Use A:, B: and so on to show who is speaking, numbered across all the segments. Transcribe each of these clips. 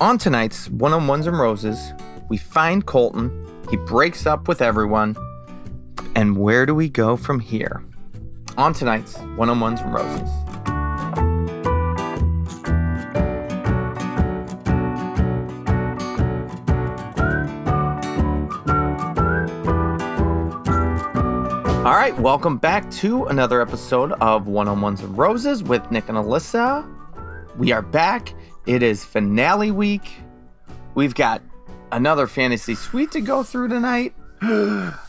A: On tonight's One on Ones and Roses, we find Colton. He breaks up with everyone. And where do we go from here? On tonight's One on Ones and Roses. All right, welcome back to another episode of One on Ones and Roses with Nick and Alyssa. We are back. It is finale week. We've got another fantasy suite to go through tonight.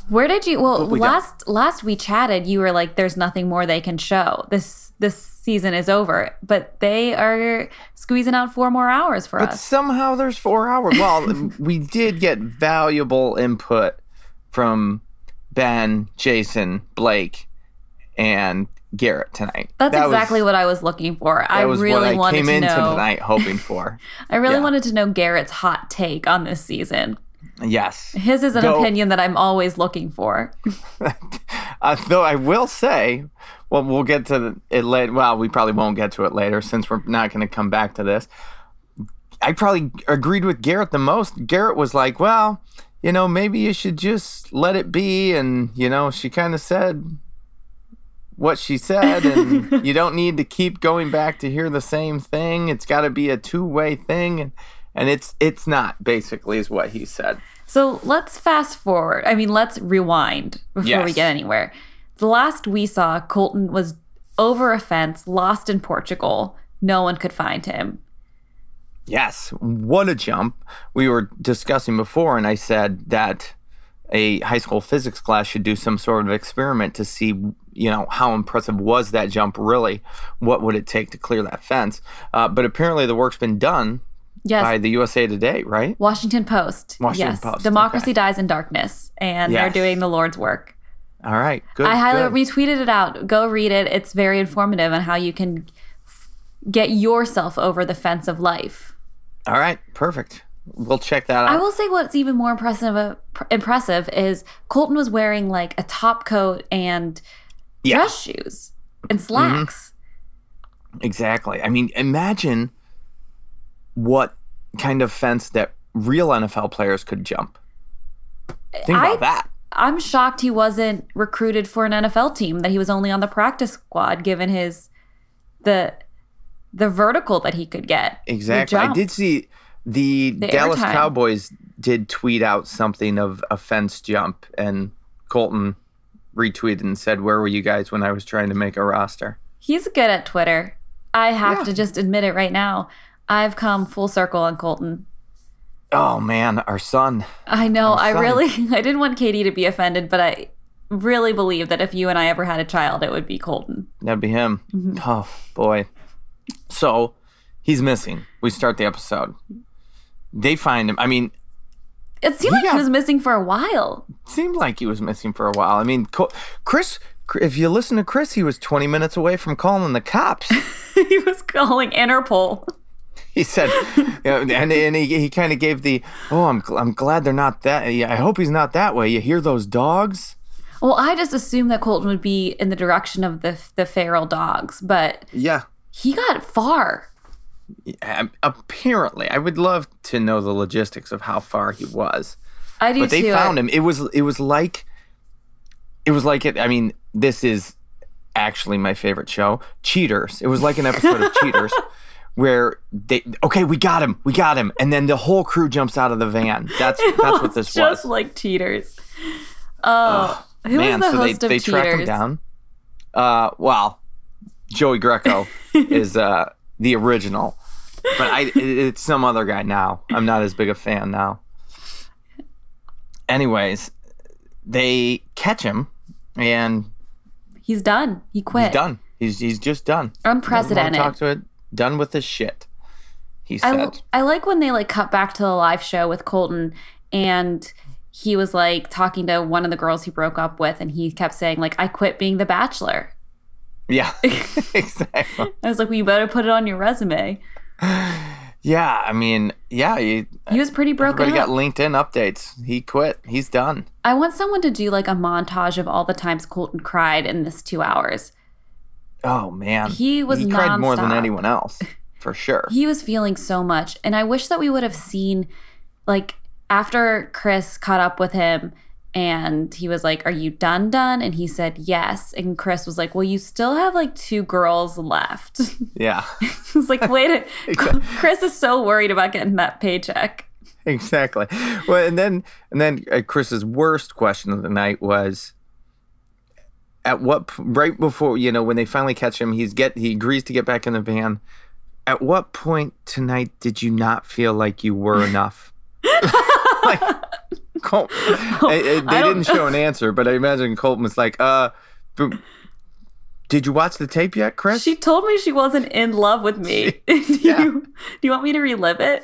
B: Where did you? Well,
A: we got?
B: last last we chatted, you were like, "There's nothing more they can show. This this season is over." But they are squeezing out four more hours for
A: But
B: us.
A: somehow there's four hours. Well, we did get valuable input from Ben, Jason, Blake, and Garrett tonight.
B: That's
A: That was-
B: exactly what I was looking for. I
A: that was
B: really
A: what I
B: wanted
A: came
B: to
A: into
B: know.
A: tonight hoping for.
B: I really
A: yeah.
B: wanted to know Garrett's hot take on this season.
A: yes.
B: His is an
A: Go-
B: opinion that I'm always looking for.
A: Uh, though I will say, well, we'll get to it later. Well, we probably won't get to it later since we're not going to come back to this. I probably agreed with Garrett the most. Garrett was like, well, you know, maybe you should just let it be. And, you know, she kind of said what she said. And you don't need to keep going back to hear the same thing. It's got to be a two way thing. And, and it's it's not basically is what he said.
B: So let's fast forward. I mean, let's rewind before we
A: Yes.
B: get anywhere. The last we saw, Colton was over a fence, lost in Portugal. No one could find him.
A: Yes, what a jump. We were discussing before, and I said that a high school physics class should do some sort of experiment to see, you know, how impressive was that jump really? What would it take to clear that fence? Uh, but apparently, the work's been done
B: Yes.
A: by the USA Today, right?
B: Washington Post.
A: Washington
B: yes.
A: Post,
B: Democracy
A: okay.
B: dies in darkness, and
A: Yes.
B: they're doing the Lord's work.
A: All right, good.
B: I highly
A: good.
B: retweeted it out. Go read it. It's very informative on how you can get yourself over the fence of life.
A: All right, perfect. We'll check that out.
B: I will say what's even more impressive uh, pr- impressive is Colton was wearing like a top coat and
A: Yeah. Mm-hmm.
B: dress shoes and slacks.
A: Exactly. I mean, imagine what kind of fence that real NFL players could jump. Think
B: I-
A: about that.
B: I'm shocked he wasn't recruited for an NFL team. That he was only on the practice squad, given his the the vertical that he could get. the
A: Exactly. I
B: jump.
A: did see the,
B: The
A: Dallas
B: airtime.
A: Cowboys did tweet out something of a fence jump, and Colton retweeted and said, "Where were you guys when I was trying to make a roster?"
B: He's good at Twitter. I have
A: Yeah.
B: to just admit it right now. I've come full circle on Colton.
A: Oh man, our son.
B: I know.
A: Our
B: I
A: son.
B: really, I didn't want Katie to be offended, but I really believe that if you and I ever had a child, it would be Colton.
A: That'd be him.
B: Mm-hmm.
A: Oh boy. So he's missing. We start the episode. They find him. I mean,
B: It seemed like
A: Yeah.
B: he was missing for a while.
A: seemed like he was missing for a while. I mean, Co- Chris. If you listen to Chris, he was 20 minutes away from calling the cops.
B: he was calling Interpol.
A: he said, you know, and, and he, he kind of gave the, oh, I'm, gl- I'm glad they're not that. Yeah, I hope he's not that way. You hear those dogs?
B: Well, I just assumed that Colton would be in the direction of the the feral dogs, but
A: Yeah. Um,
B: he got far.
A: Apparently, I would love to know the logistics of how far he was.
B: I do
A: But they
B: too.
A: found him. It was it was like, it was like it. I mean, this is actually my favorite show, Cheaters. It was like an episode of Cheaters. Where they okay, we got him, we got him, and then the whole crew jumps out of the van. That's that's what this was.
B: just like cheaters. Oh, who
A: Man,
B: was the
A: so
B: host
A: they,
B: of
A: they
B: cheaters?
A: track him down. Uh, well, Joey Greco is uh, the original, but I it- it's some other guy now. I'm not as big a fan now. Anyways, they catch him, and
B: He's done. He quit.
A: he's done. He's he's just done. Doesn't wanna
B: Unprecedented.
A: Talk to it. Done with his shit. He
B: I,
A: said.
B: l- I like when they like cut back to the live show with Colton and he was like talking to one of the girls he broke up with and he kept saying like I quit being the bachelor.
A: yeah, exactly.
B: I was like, well, you better put it on your resume.
A: Yeah, I mean, yeah. You,
B: He was pretty broken
A: everybody
B: up.
A: got LinkedIn updates. He quit. He's done.
B: I want someone to do like a montage of all the times Colton cried in this two hours.
A: Oh man,
B: He was
A: he cried more than
B: nonstop.
A: anyone else. for sure.
B: He was feeling so much. And I wish that we would have seen, like, after Chris caught up with him and he was like, Are you done, done? And he said, Yes. And Chris was like, Well, you still have like two girls left.
A: Yeah,
B: It's like, Wait, a- Chris is so worried about getting that paycheck.
A: exactly. Well, and then and then uh, Chris's worst question of the night was at what p- right before you know when they finally catch him, he's get he agrees to get back in the van. At what point tonight did you not feel like you were enough? like, Colt, eh, eh, they
B: Oh, I don't-
A: didn't show an answer, but I imagine Colton was like, "Uh, b- did you watch the tape yet, Chris?"
B: She told me she wasn't in love with me. do,
A: yeah.
B: you, do you want me to relive it?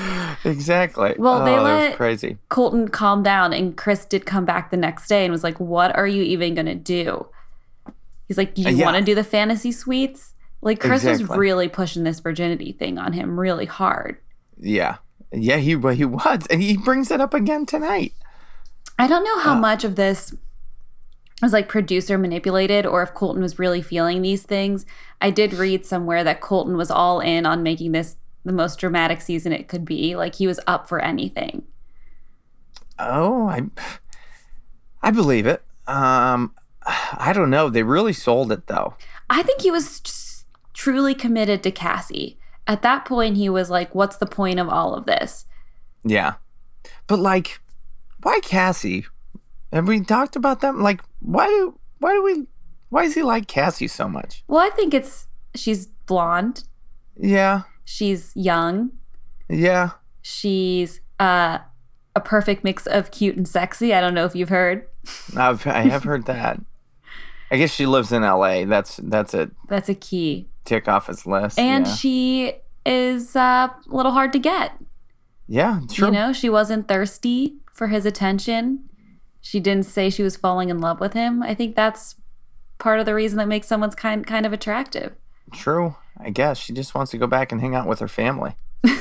A: exactly.
B: Well,
A: oh,
B: they
A: that was
B: let-
A: crazy.
B: Colton calmed down and Chris did come back the next day and was like, What are you even going to do? He's like, Do you
A: Uh, yeah.
B: want to do the fantasy suites? Like, Chris was
A: Exactly.
B: really pushing this virginity thing on him really hard.
A: Yeah. Yeah, he well, he was. And he brings it up again tonight.
B: I don't know how
A: Uh.
B: much of this was like producer manipulated or if Colton was really feeling these things. I did read somewhere that Colton was all in on making this the most dramatic season it could be. Like, he was up for anything.
A: Oh, I I believe it. Um I don't know. They really sold it though.
B: I think he was s- truly committed to Cassie. At that point, he was like, What's the point of all of this?
A: Yeah. But like why Cassie? Have we talked about them? Like why do why do we why does he like Cassie so much?
B: Well, I think it's she's blonde,
A: Yeah.
B: she's young,
A: Yeah.
B: she's uh, a perfect mix of cute and sexy. I don't know if you've heard.
A: I've I have heard that. I guess she lives in LA. That's that's a
B: That's a key.
A: tick off his list.
B: And
A: yeah.
B: she is uh, a little hard to get.
A: yeah, true.
B: You know, she wasn't thirsty for his attention. She didn't say she was falling in love with him. I think that's part of the reason that makes someone's kind kind of attractive.
A: True. I guess she just wants to go back and hang out with her family.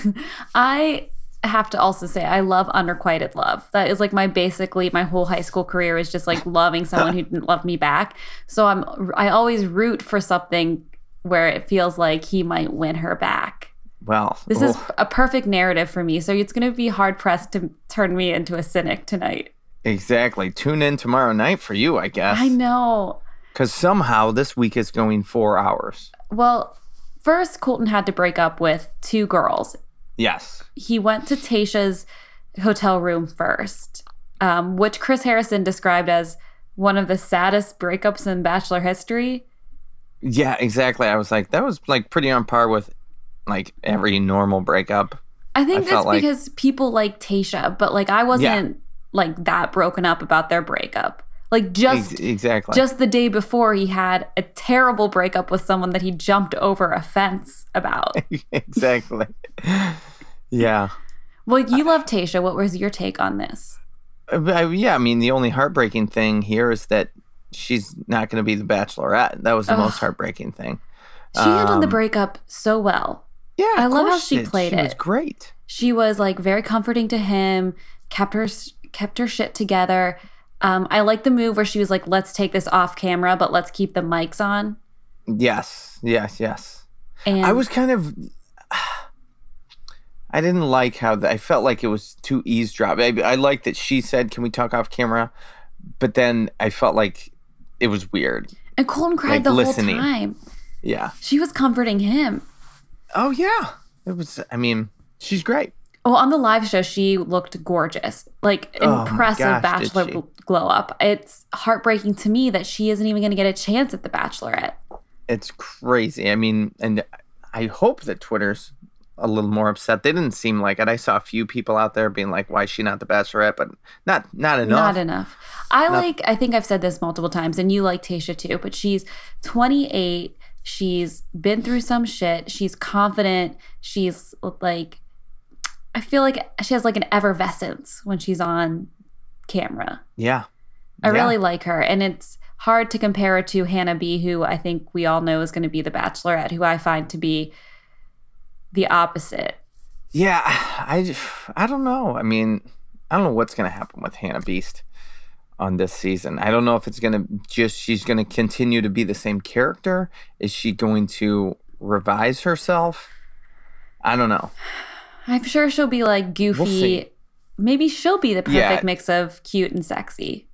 B: I have to also say I love unrequited love. That is like my basically my whole high school career is just like loving someone who didn't love me back. So I'm I always root for something where it feels like he might win her back.
A: Well,
B: This is
A: oh,
B: a perfect narrative for me. So it's going to be hard pressed to turn me into a cynic tonight.
A: exactly. Tune in tomorrow night for you, I guess.
B: I know.
A: Because somehow this week is going four hours.
B: Well, first Colton had to break up with two girls
A: Yes.
B: he went to Tasha's hotel room first, um, which Chris Harrison described as one of the saddest breakups in Bachelor history.
A: Yeah, exactly. I was like, that was like pretty on par with like every normal breakup.
B: I
A: I
B: think that's
A: felt like-
B: because people like Tasha, but like I wasn't like that broken up about their breakup. Like just
A: Ex- exactly.
B: just the day before, he had a terrible breakup with someone that he jumped over a fence about.
A: exactly. yeah.
B: well, you love Tasha. What was your take on this?
A: Uh, but I, yeah, I mean, the only heartbreaking thing here is that she's not going to be the bachelorette. That was the most
B: Ugh.
A: heartbreaking thing.
B: She handled the
A: Um,
B: breakup so well.
A: Yeah,
B: I
A: of
B: love how
A: course
B: she
A: did.
B: played
A: She was
B: it.
A: great.
B: she was like very comforting to him kept her kept her shit together um, i like the move where she was like let's take this off camera but let's keep the mics on
A: Yes, yes, yes.
B: and
A: I was kind of. I didn't like how the, I felt like it was too eavesdrop. I, I liked that she said, "Can we talk off camera?" But then I felt like it was weird.
B: and colton cried
A: like,
B: the
A: listening.
B: whole time
A: Yeah.
B: she was comforting him
A: Oh yeah. It was. I mean, she's great.
B: well on the live show she looked gorgeous like
A: Oh my
B: impressive
A: gosh, did
B: bachelor
A: she.
B: gl- glow up it's heartbreaking to me that she isn't even going to get a chance at the bachelorette
A: It's crazy. I mean, and I hope that Twitter's a little more upset. They didn't seem like it. I saw a few people out there being like, "Why is she not the Bachelorette?" But not not enough.
B: Not enough. I like, I think I've said this multiple times, and you like Tasha too, but she's 28. She's been through some shit. She's confident. She's like, I feel like she has like an effervescence when she's on camera.
A: yeah.
B: I
A: Yeah.
B: really like her. And it's hard to compare her to Hannah B., who I think we all know is going to be the bachelorette, who I find to be the opposite.
A: Yeah, I, I don't know. I mean, I don't know what's going to happen with Hannah Beast on this season. I don't know if it's going to just she's going to continue to be the same character. Is she going to revise herself? I don't know.
B: I'm sure she'll be like goofy.
A: see.
B: Maybe she'll be the
A: Yeah.
B: perfect mix of cute and sexy.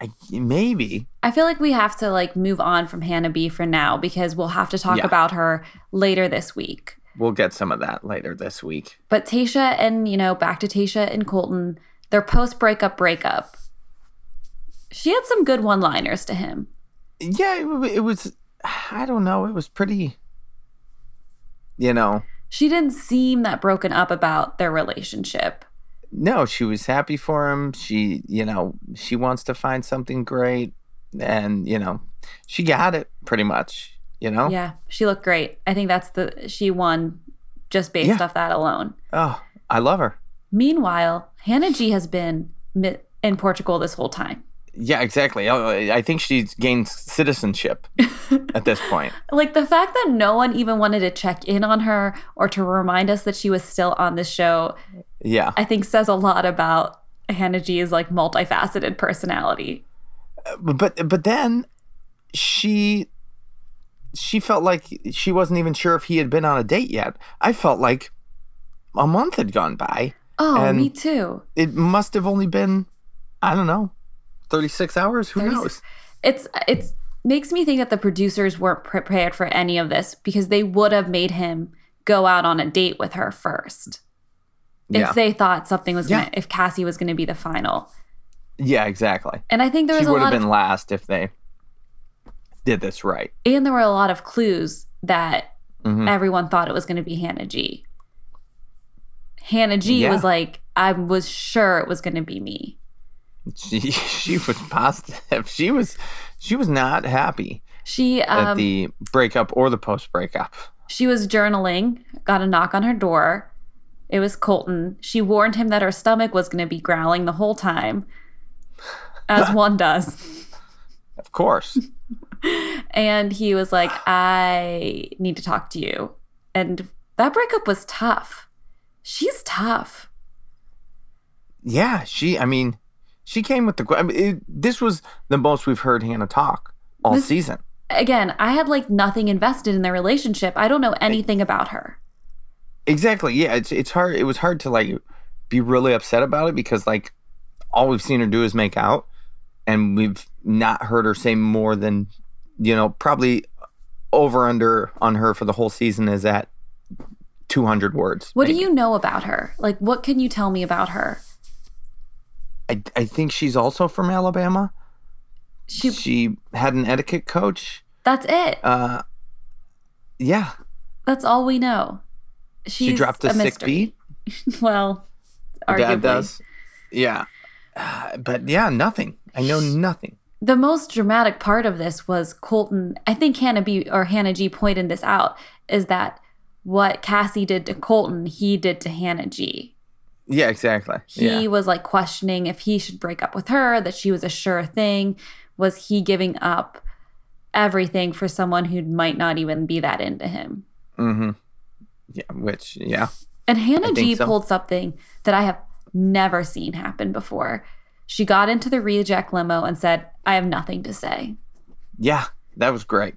A: I, maybe.
B: I feel like we have to like move on from Hannah B for now because we'll have to talk
A: Yeah.
B: about her later this week.
A: We'll get some of that later this week.
B: But Tasha and, you know, back to Tasha and Colton, their post breakup breakup. She had some good one liners to him.
A: Yeah, it, w- it was. I don't know. It was pretty. You know,
B: She didn't seem that broken up about their relationship.
A: no, she was happy for him. She, you know, she wants to find something great, and you know, she got it pretty much. You know.
B: Yeah, she looked great. I think that's the she won just based
A: Yeah.
B: off that alone.
A: Oh, I love her.
B: Meanwhile, Hannah G has been mi- in Portugal this whole time.
A: Yeah, exactly. Oh, I think she's gained citizenship at this point.
B: Like the fact that no one even wanted to check in on her or to remind us that she was still on the show,
A: Yeah.
B: I think says a lot about Hannah G's like multifaceted personality.
A: but but then she she felt like she wasn't even sure if he had been on a date yet. I felt like a month had gone by.
B: Oh,
A: And-
B: me too.
A: It must have only been I don't know, 36 hours, who
B: 36
A: knows.
B: It's it's makes me think that the producers weren't prepared for any of this because they would have made him go out on a date with her first
A: Yeah.
B: if they thought something was
A: Yeah.
B: gonna if Cassie was gonna be the final.
A: yeah, exactly.
B: And I think there
A: She
B: was a
A: would have
B: lot of
A: been last if they did this right.
B: and there were a lot of clues that
A: Mhm.
B: everyone thought it was going to be Hannah G. Hannah G
A: Yeah.
B: was like, I was sure it was going to be me.
A: She she was positive. She was she was not happy
B: She
A: at
B: um,
A: the breakup or the post breakup.
B: she was journaling, got a knock on her door. It was Colton. She warned him that her stomach was going to be growling the whole time, as one does.
A: Of course.
B: And he was like, I need to talk to you. And that breakup was tough. She's tough.
A: yeah she i mean she came with the que- I mean, it, this was the most we've heard hannah talk all
B: This-
A: season
B: again, I had like nothing invested in their relationship. I don't know anything about her.
A: exactly yeah it's it's hard it was hard to like be really upset about it because like all we've seen her do is make out and we've not heard her say more than you know probably over under on her for the whole season is at 200 words
B: What do
A: maybe.
B: you know about her? Like, what can you tell me about her?
A: I, I think she's also from alabama
B: She.
A: she had an etiquette coach
B: That's it.
A: uh yeah
B: That's all we know. She's
A: she dropped a, sick
B: mystery.
A: beat
B: Well,
A: Her
B: arguably.
A: dad does. Yeah. Uh, but yeah, nothing. I know nothing.
B: The most dramatic part of this was Colton. I think Hannah B or Hannah G pointed this out is that what Cassie did to Colton, he did to Hannah G.
A: Yeah, exactly.
B: he
A: yeah.
B: was like questioning if he should break up with her that she was a sure thing was he giving up everything for someone who might not even be that into him
A: Mm-hmm. Yeah, which yeah.
B: and hannah
A: I
B: g
A: think so.
B: pulled something that i have never seen happen before she got into the reject limo and said i have nothing to say
A: Yeah. That was great.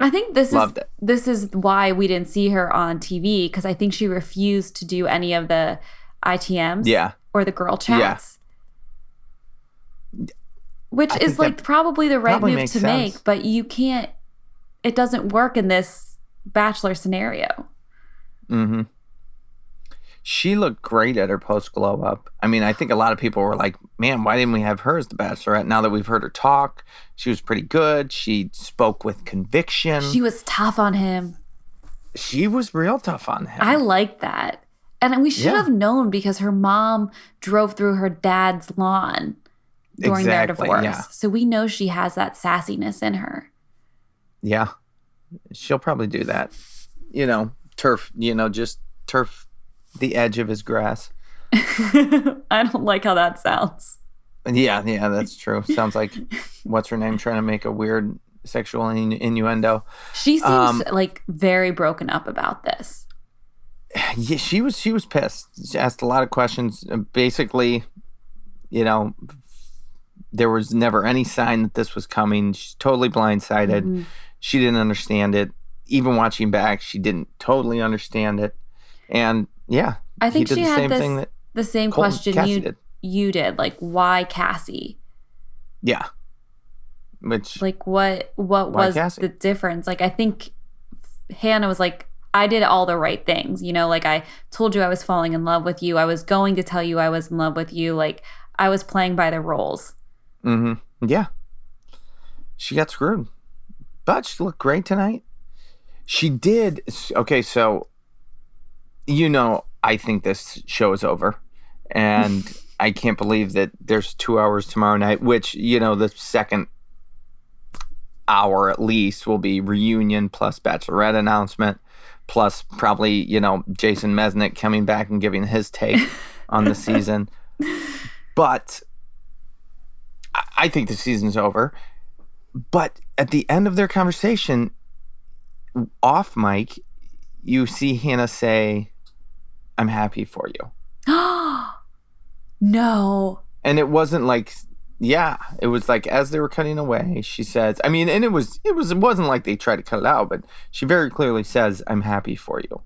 B: i think this is
A: Loved it.
B: this is why we didn't see her on tv because i think she refused to do any of the itms
A: Yeah.
B: or the girl
A: Yeah.
B: chats. Which
A: I think
B: is
A: that
B: like probably the right
A: probably
B: move
A: makes
B: to
A: sense.
B: make, but you can't it doesn't work in this bachelor scenario.
A: Mm-hmm. She looked great at her post glow up. I mean, I think a lot of people were like, man, why didn't we have her as the bachelorette? Now that we've heard her talk, she was pretty good. She spoke with conviction.
B: She
A: She,
B: was tough on him.
A: was real tough on him.
B: I like that. And we should
A: Yeah.
B: have known because her mom drove through her dad's lawn during their
A: Exactly,
B: divorce.
A: yeah.
B: So we know she has that sassiness in her.
A: Yeah. She'll probably do that. You know, turf, you know, just turf the edge of his grass.
B: I don't like how that sounds.
A: Yeah, yeah, that's true. Sounds like what's her name trying to make a weird sexual in- innuendo.
B: She seems
A: Um,
B: like very broken up about this.
A: Yeah, she was she was pissed. She asked a lot of questions. Uh, Basically, you know, there was never any sign that this was coming. She's totally blindsided.
B: Mhm.
A: She didn't understand it. even watching back, she didn't totally understand it. And yeah,
B: I think
A: he did
B: she
A: the
B: had
A: same
B: this
A: thing that
B: the same
A: Colton
B: question
A: Cassie
B: you
A: did.
B: you did, like why Cassie?
A: Yeah. Which
B: Like what what
A: Why
B: was
A: Cassie?
B: the difference? Like I think Hannah was like I did all the right things, you know, like I told you I was falling in love with you. I was going to tell you I was in love with you. Like I was playing by the rules.
A: hmm Yeah. She got screwed. But she looked great tonight. She did. Okay, so, you know, I think this show is over. And I can't believe that there's two hours tomorrow night, which, you know, the second hour at least will be reunion plus bachelorette announcement plus probably you know jason mesnick coming back and giving his take on the season but I- i think the season's over but at the end of their conversation off mic you see hannah say i'm happy for you
B: no.
A: and it wasn't like yeah it was like as they were cutting away she says i mean and it was it was it wasn't like they tried to cut it out but she very clearly says i'm happy for you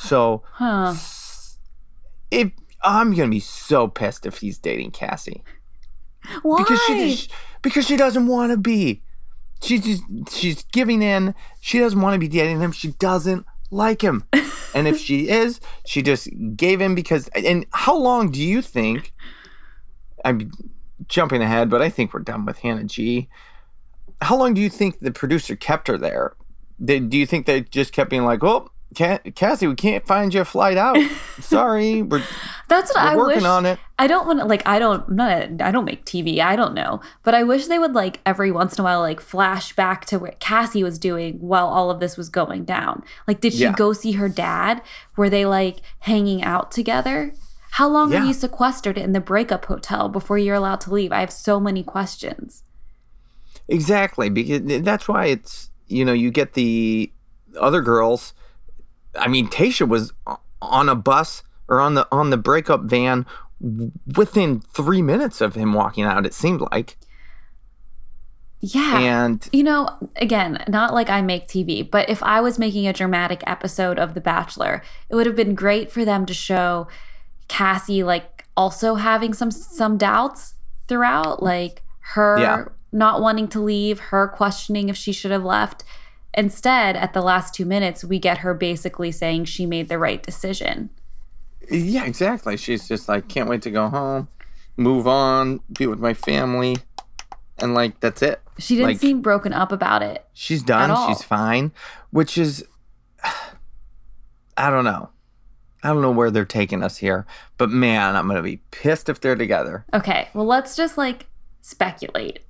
A: so
B: Huh.
A: if i'm gonna be so pissed if he's dating cassie
B: Why?
A: because she, she because she doesn't want to be she's just she's giving in she doesn't want to be dating him she doesn't like him and if she is she just gave in because and how long do you think i'm jumping ahead but i think we're done with hannah g how long do you think the producer kept her there they, do you think they just kept being like well Ca- cassie we can't find you a flight out sorry we're,
B: That's what
A: we're
B: I
A: working
B: wish.
A: on it
B: I don't want to like I don't I'm not a, I don't make TV. I don't know. But I wish they would like every once in a while like flash back to what Cassie was doing while all of this was going down. Like did she
A: Yeah.
B: go see her dad? Were they like hanging out together? How long
A: Yeah.
B: are you sequestered in the breakup hotel before you're allowed to leave? I have so many questions.
A: Exactly, because that's why it's you know you get the other girls. I mean, Tasha was o- on a bus or on the on the breakup van w- within three minutes of him walking out. It seemed like,
B: Yeah.
A: and
B: You know, again, not like I make TV, but if I was making a dramatic episode of The Bachelor, it would have been great for them to show Cassie like also having some some doubts throughout, like her
A: Yeah.
B: not wanting to leave, her questioning if she should have left. Instead, at the last 2 minutes, we get her basically saying she made the right decision.
A: yeah, exactly. She's just like, can't wait to go home, move on, be with my family, and like that's it.
B: She didn't
A: Like-
B: seem broken up about it.
A: She's
B: At
A: done.
B: all.
A: She's fine. Which is, I don't know. I don't know where they're taking us here, but man, I'm gonna be pissed if they're together.
B: Okay, well, let's just like speculate.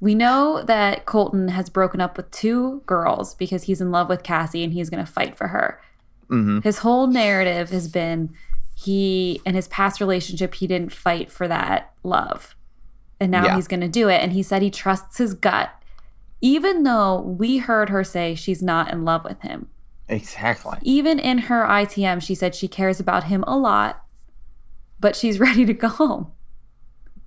B: We know that Colton has broken up with two girls because he's in love with Cassie and he's going to fight for her.
A: hmm
B: His whole narrative has been he, in his past relationship, he didn't fight for that love. And now
A: Yeah.
B: he's going to do it. And he said he trusts his gut, even though we heard her say she's not in love with him.
A: Exactly.
B: Even in her ITM, she said she cares about him a lot, but she's ready to go home.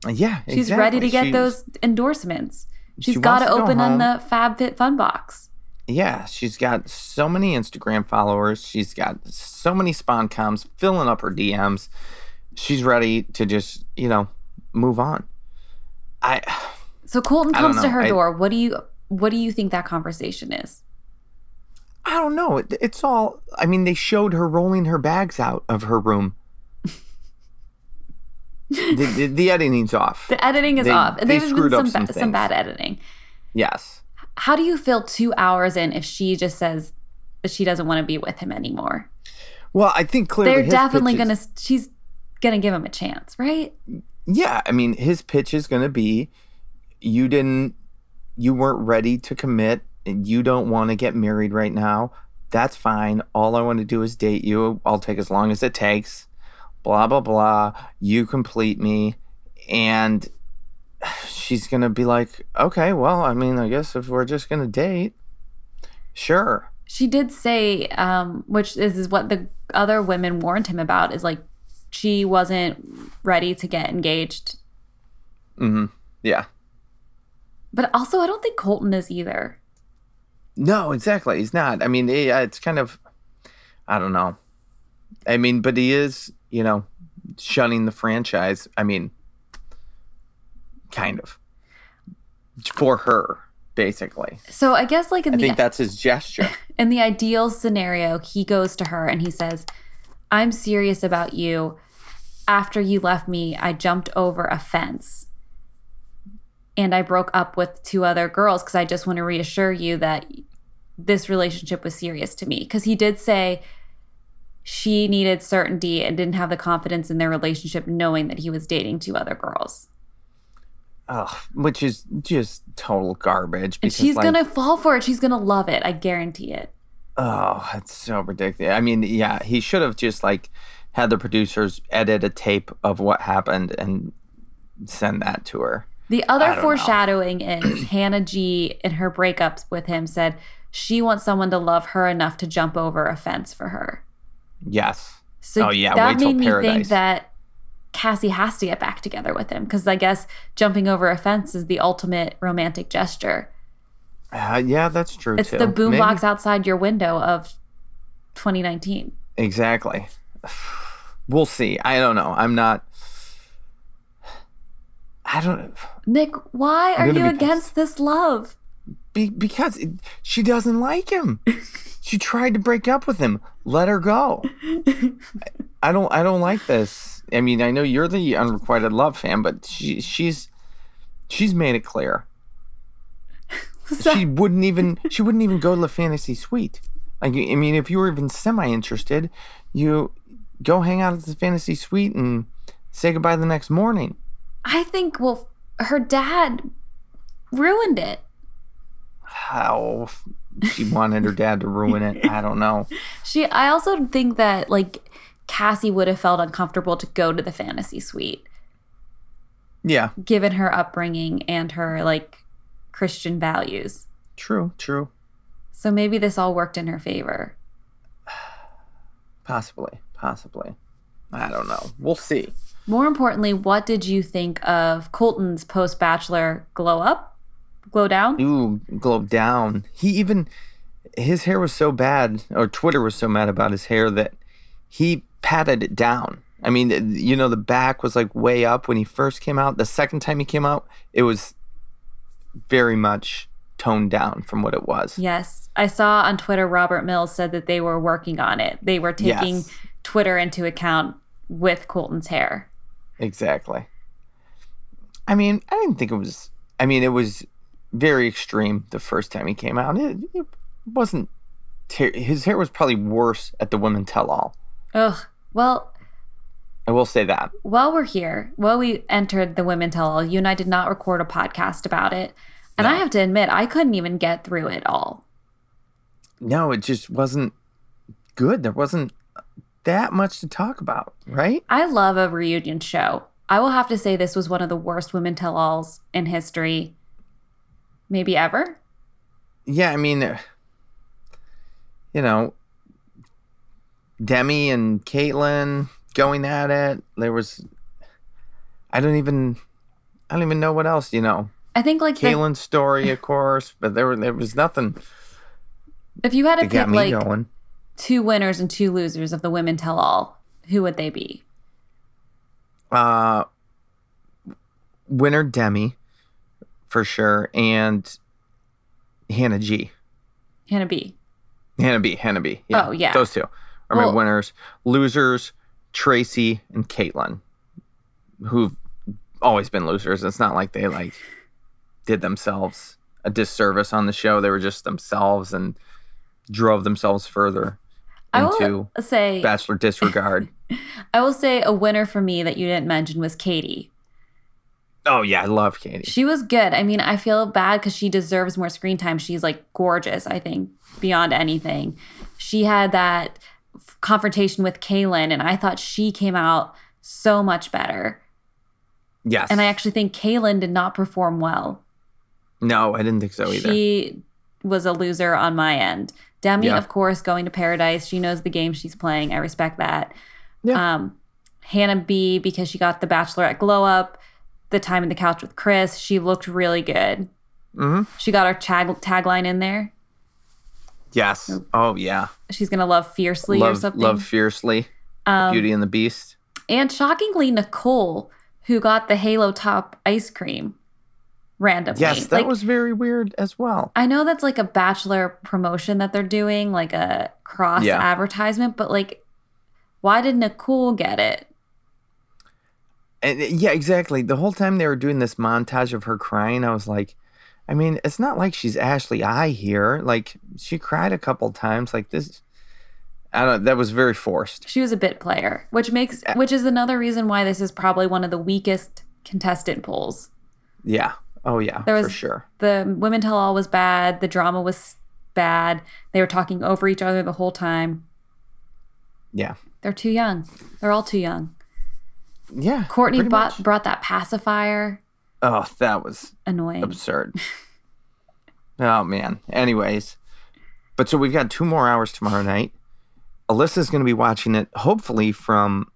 A: Yeah.
B: She's ready to
A: exactly.
B: get
A: She-
B: those endorsements.
A: she
B: She's got
A: wants
B: to
A: go
B: open
A: home.
B: on the FabFitFun box.
A: Yeah, she's got so many Instagram followers. She's got so many spawn comms filling up her DMs. She's ready to just you know move on. I
B: So Colton
A: I don't
B: comes to
A: know.
B: her
A: I-
B: door. What do you what do you think that conversation is?
A: I don't know. It, it's all. I mean, they showed her rolling her bags out of her room. the, the, the editing's off.
B: The editing is
A: They-
B: off.
A: they
B: There's been
A: screwed up
B: some
A: some
B: ba- some
A: things.
B: bad editing.
A: yes.
B: How do you feel 2 hours in if she just says that she doesn't want to be with him anymore?
A: Well, I think clearly
B: They're
A: his
B: definitely
A: pitch is-
B: going to she's going to give him a chance, right?
A: yeah i mean his pitch is going to be you didn't you weren't ready to commit and you don't want to get married right now that's fine all i want to do is date you i'll take as long as it takes blah blah blah you complete me and she's going to be like okay well i mean i guess if we're just going to date sure
B: She did say, um, which this is what the other women warned him about, is like she wasn't ready to get engaged
A: hmm yeah
B: But also, I don't think Colton is either.
A: No, exactly. He's not. I mean, it, it's kind of, I don't know. I mean, but he is, you know, shunning the franchise. I mean, kind of for her, basically.
B: So I guess like in
A: I
B: the
A: think that's his gesture.
B: in the ideal scenario, he goes to her and he says, "I'm serious about you. After you left me, I jumped over a fence." And I broke up with two other girls because I just want to reassure you that this relationship was serious to me. Because he did say she needed certainty and didn't have the confidence in their relationship knowing that he was dating two other girls.
A: Ugh, which is just total garbage.
B: And
A: because,
B: she's
A: like,
B: gonna fall for it. She's gonna love it. I guarantee it.
A: Oh, that's so ridiculous. I mean, yeah, he should have just like had the producers edit a tape of what happened and send that to her.
B: The
A: I
B: other
A: don't
B: foreshadowing is Hannah G in her breakups with him said she wants someone to love her enough to jump over a fence for her.
A: Yes.
B: So
A: Oh, yeah,
B: that
A: wait till
B: made me think
A: paradise.
B: that Cassie has to get back together with him because I guess jumping over a fence is the ultimate romantic gesture.
A: Uh, yeah, that's true
B: It's
A: too.
B: the boombox
A: Maybe-
B: outside your window of 2019.
A: Exactly. We'll see. I don't know. I'm not. I don't
B: Nick, why are
A: gonna
B: you
A: be pissed.
B: against this love?
A: be, because it, she doesn't like him. she tried to break up with him. Let her go. I, I don't. I don't like this. I mean, I know you're the unrequited love fan, but she, she's she's made it clear
B: So-
A: she wouldn't even she wouldn't even go to the fantasy suite. Like I mean, if you were even semi interested, you go hang out at the fantasy suite and say goodbye the next morning.
B: I think well her dad ruined it.
A: How f- she wanted her dad to ruin it, I don't know.
B: She I also think that like Cassie would have felt uncomfortable to go to the fantasy suite
A: Yeah,
B: given her upbringing and her like Christian values.
A: true, true,
B: So maybe this all worked in her favor.
A: possibly, possibly. I don't know. We'll see.
B: More importantly, what did you think of Colton's post bachelor glow up? Glow down?
A: Ooh, globe down. He even his hair was so bad, or Twitter was so mad about his hair that he patted it down. I mean, you know, the back was like way up when he first came out. The second time he came out, it was very much toned down from what it was.
B: Yes. I saw on Twitter Robert Mills said that they were working on it. They were taking
A: Yes.
B: Twitter into account with Colton's hair.
A: Exactly. I mean, I didn't think it was. I mean, it was very extreme the first time he came out. It, it wasn't. Ter- his hair was probably worse at the women tell all.
B: Ugh. Well,
A: I will say that.
B: while we're here, while we entered the Women Tell All, you and I did not record a podcast about it. And I
A: No.
B: have to admit, I couldn't even get through it all.
A: no, it just wasn't good. There wasn't that much to talk about, right?
B: I love a reunion show. I will have to say this was one of the worst Women Tell Alls in history, maybe ever.
A: Yeah, I mean, uh, you know, Demi and Caitlyn going at it. There was, I don't even, I don't even know what else. You know,
B: I think like the,
A: Caitlyn's story, of course, but there were there was nothing
B: if you had to
A: that got
B: pick
A: me
B: like
A: going.
B: two winners and two losers of the Women Tell All, who would they be?
A: Uh, winner Demi, for sure, and Hannah G.
B: Hannah B.
A: Hannah B. Hannah B. Yeah.
B: Oh, yeah.
A: Those two are
B: Well-
A: my winners. Losers, Tracy and Caitlin, who've always been losers. It's not like they like did themselves a disservice on the show. They were just themselves and drove themselves further
B: I
A: into
B: will say
A: bachelor disregard.
B: I will say a winner for me that you didn't mention was Katie.
A: oh yeah, I love Katie.
B: She was good. I mean, I feel bad because she deserves more screen time. She's like gorgeous, I think, beyond anything. She had that f- confrontation with Kaylin, and I thought she came out so much better.
A: Yes.
B: And I actually think Kaylin did not perform well.
A: no, I didn't think so either.
B: She was a loser on my end. Demi,
A: Yeah.
B: of course, going to paradise. She knows the game she's playing. I respect that.
A: Yeah.
B: Um, Hannah B, because she got the Bachelorette glow up, the time in the couch with Chris, she looked really good.
A: hmm
B: She got our tag- tagline in there.
A: Yes. Oh yeah.
B: She's gonna love fiercely or
A: Love,
B: something.
A: love fiercely.
B: Um,
A: Beauty and the Beast.
B: And shockingly, Nicole, who got the Halo Top ice cream randomly.
A: Yes, that
B: Like,
A: was very weird as well.
B: I know that's like a bachelor promotion that they're doing, like a cross
A: Yeah.
B: advertisement, but like, why did Nicole get it?
A: And uh, yeah, exactly. The whole time they were doing this montage of her crying, I was like, I mean, it's not like she's Ashley I here. Like she cried a couple times. Like this, I don't. That was very forced.
B: She was a bit player, which makes,
A: Yeah.
B: which is another reason why this is probably one of the weakest contestant polls.
A: Yeah. Oh yeah.
B: There
A: for
B: was-
A: sure.
B: The Women Tell All was bad. The drama was bad. They were talking over each other the whole time.
A: Yeah.
B: They're too young. They're all too young.
A: Yeah.
B: Courtney
A: pretty
B: bought,
A: much.
B: brought that pacifier.
A: Oh, that was
B: Annoying.
A: absurd. oh man. Anyways, but so we've got two more hours tomorrow night. Alyssa's going to be watching it, hopefully from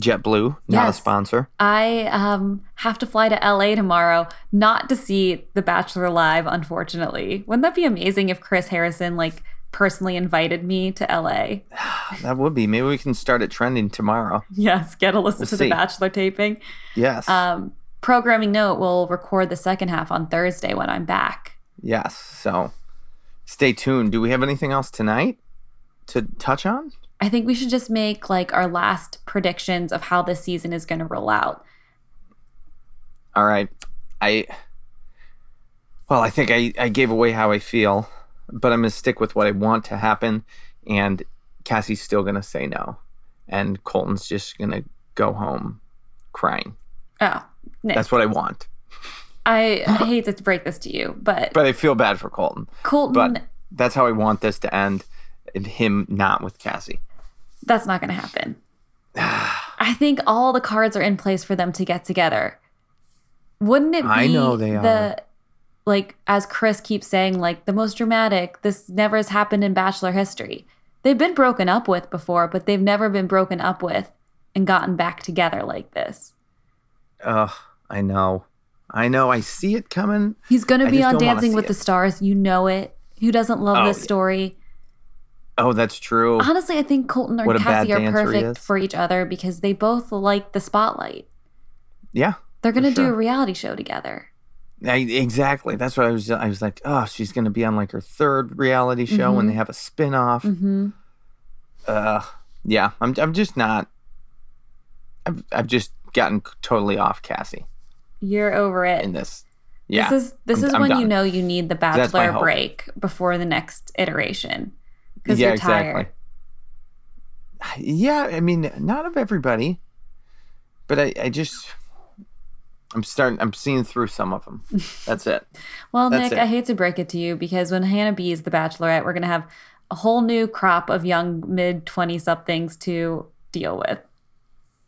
A: JetBlue, not a
B: Yes.
A: sponsor.
B: I um, have to fly to LA tomorrow, not to see The Bachelor live. Unfortunately, wouldn't that be amazing if Chris Harrison like personally invited me to LA?
A: That would be. Maybe we can start it trending tomorrow.
B: Yes, get a listen
A: We'll
B: to
A: see.
B: The Bachelor taping.
A: Yes.
B: Um, programming note: We'll record the second half on Thursday when I'm back.
A: yes. So stay tuned. Do we have anything else tonight to touch on?
B: I think we should just make like our last predictions of how this season is going to roll out.
A: All right. I well, I think I, I gave away how I feel, but I'm gonna stick with what I want to happen, and Cassie's still gonna say no. And Colton's just gonna go home crying.
B: Oh, Nick,
A: That's what I want.
B: I, I hate to break this to you, but,
A: But I feel bad for Colton.
B: Colton,
A: But that's how I want this to end. and Him not with Cassie.
B: that's not going to happen. I think all the cards are in place for them to get together. Wouldn't it be
A: I know they
B: the like as Chris keeps saying like the most dramatic this never has happened in bachelor history. They've been broken up with before, but they've never been broken up with and gotten back together like this.
A: Ugh, I know. I know. I see it coming.
B: He's going
A: I
B: to be
A: just
B: on
A: don't wanna
B: Dancing
A: see
B: with
A: it.
B: the Stars, you know it. Who doesn't love
A: Oh,
B: this
A: yeah.
B: story?
A: Oh, that's true.
B: Honestly, I think Colton
A: What a
B: and
A: bad
B: Cassie are
A: dancer he
B: perfect
A: is.
B: for each other because they both like the spotlight.
A: Yeah.
B: They're going to do
A: sure.
B: a reality show together.
A: I, exactly. That's what I was. I was like, oh, she's going to be on like her third reality show
B: Mm-hmm.
A: when they have a spinoff.
B: hmm
A: Uh, yeah, I'm. I'm just not. I've, I've just gotten c- totally off Cassie
B: You're over it.
A: in this. Yeah,
B: This is this
A: I'm-
B: is
A: I'm
B: when you
A: done.
B: know you need the
A: my
B: bachelor
A: hope.
B: break before the next iteration because
A: yeah,
B: you're tired.
A: Yeah, I mean, not of everybody, but I, I just. I'm starting. I'm seeing through some of them. That's it.
B: Well,
A: That's
B: Nick,
A: it.
B: I hate to break it to you because when Hannah B is the bachelorette, we're gonna have a whole new crop of young mid twenty somethings to deal with.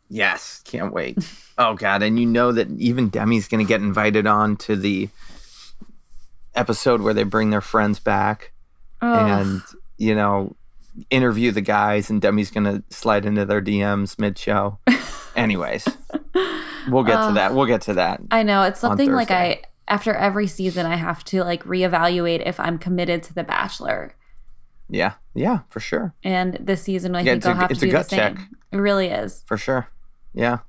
A: Yes, can't wait. oh god, and you know that even Demi's going to get invited on to the episode where they bring their friends back
B: Ugh.
A: and you know interview the guys and Demi's going to slide into their DMs mid-show. Anyways, we'll get to
B: Ugh.
A: that. We'll get to that.
B: I know it's
A: on
B: something like I
A: Thursday.
B: after every season I have to like reevaluate if I'm committed to the bachelor.
A: Yeah. Yeah, for sure.
B: And this season, I
A: Yeah,
B: think
A: it's a-
B: I'll have to
A: it's a
B: do the
A: gut check.
B: same. It really is.
A: For sure. Yeah.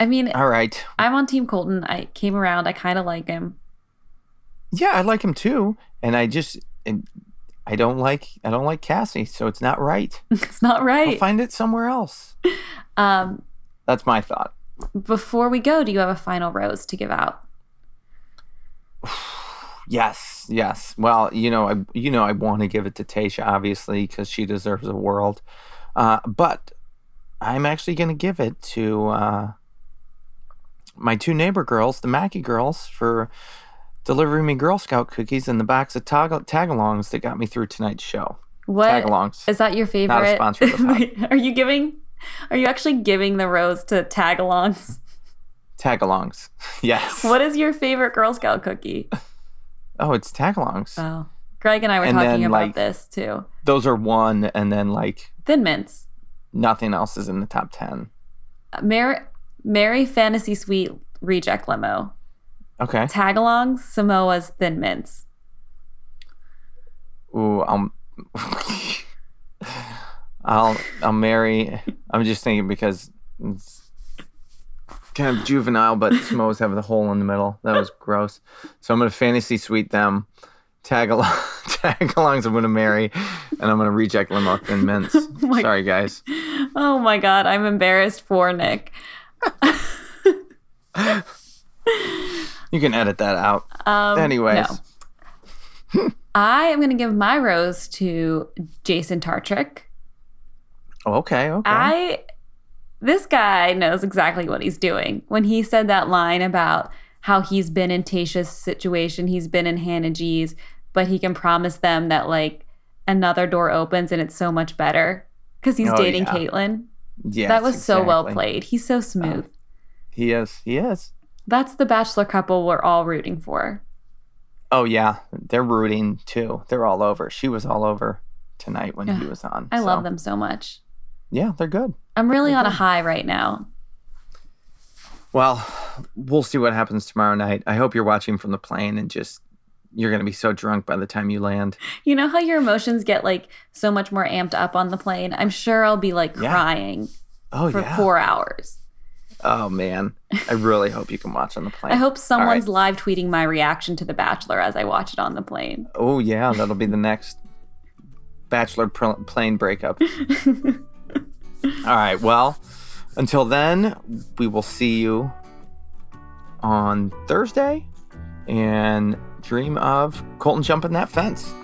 B: I mean,
A: All right.
B: I'm on Team Colton. I came around. I kind of like him.
A: Yeah, I like him too, and I just and I don't like I don't like Cassie, so it's not right.
B: It's not
A: I'll
B: right.
A: find it somewhere else.
B: Um,
A: That's my thought.
B: before we go, do you have a final rose to give out?
A: Yes, yes. Well, you know, I you know I want to give it to Tasha obviously because she deserves a world, uh, but I'm actually going to give it to uh, my two neighbor girls, the Mackey girls, for delivering me Girl Scout cookies and the box of tag- tagalongs that got me through tonight's show.
B: What
A: Tagalongs.
B: is that your favorite?
A: sponsor of the pod.
B: Wait, are you giving? Are you actually giving the rose to tagalongs?
A: Tagalongs. Yes.
B: What is your favorite Girl Scout cookie?
A: Oh, it's tagalongs.
B: Oh, Greg and I were
A: And
B: talking
A: then,
B: about
A: like-
B: this too.
A: Those are one, and then like
B: Thin mints,
A: nothing else is in the top ten.
B: Mary, Mary Fantasy Suite Reject Limo,
A: Okay.
B: tagalongs, Samoa's Thin Mints.
A: ooh, I'm. I'll I'll marry. I'm just thinking because it's kind of juvenile, but Smo's have the hole in the middle. That was gross. So I'm gonna fantasy suite them. Tag along, tag alongs. I'm gonna marry, and I'm gonna reject limo and mints.
B: my-
A: Sorry, guys.
B: Oh my god, I'm embarrassed for Nick.
A: You can edit that out.
B: Um,
A: Anyways,
B: no. I am going to give my rose to Jason Tartrick.
A: Oh, okay, okay.
B: I this guy knows exactly what he's doing. When he said that line about how he's been in Tasha's situation, he's been in Hannah G's, but he can promise them that like another door opens and it's so much better because he's
A: Oh,
B: dating
A: yeah.
B: Caitlyn.
A: Yes,
B: that was so well
A: exactly.
B: played. He's so smooth.
A: He is. He is.
B: That's the bachelor couple we're all rooting for.
A: Oh yeah, they're rooting too. They're all over. She was all over tonight when he was on.
B: I
A: so-
B: love them so much.
A: Yeah, they're good.
B: I'm really on a high right now.
A: Well, we'll see what happens tomorrow night. I hope you're watching from the plane and just you're going to be so drunk by the time you land.
B: You know how your emotions get like so much more amped up on the plane? I'm sure I'll be like
A: Yeah.
B: crying
A: Oh
B: for
A: yeah.
B: four hours.
A: Oh man, I really hope you can watch on the plane.
B: I hope someone's live tweeting my reaction to The Bachelor as I watch it on the plane.
A: Oh yeah, that'll be the next bachelor pl- plane breakup. All right. Well, until then, we will see you on Thursday and dream of Colton jumping that fence.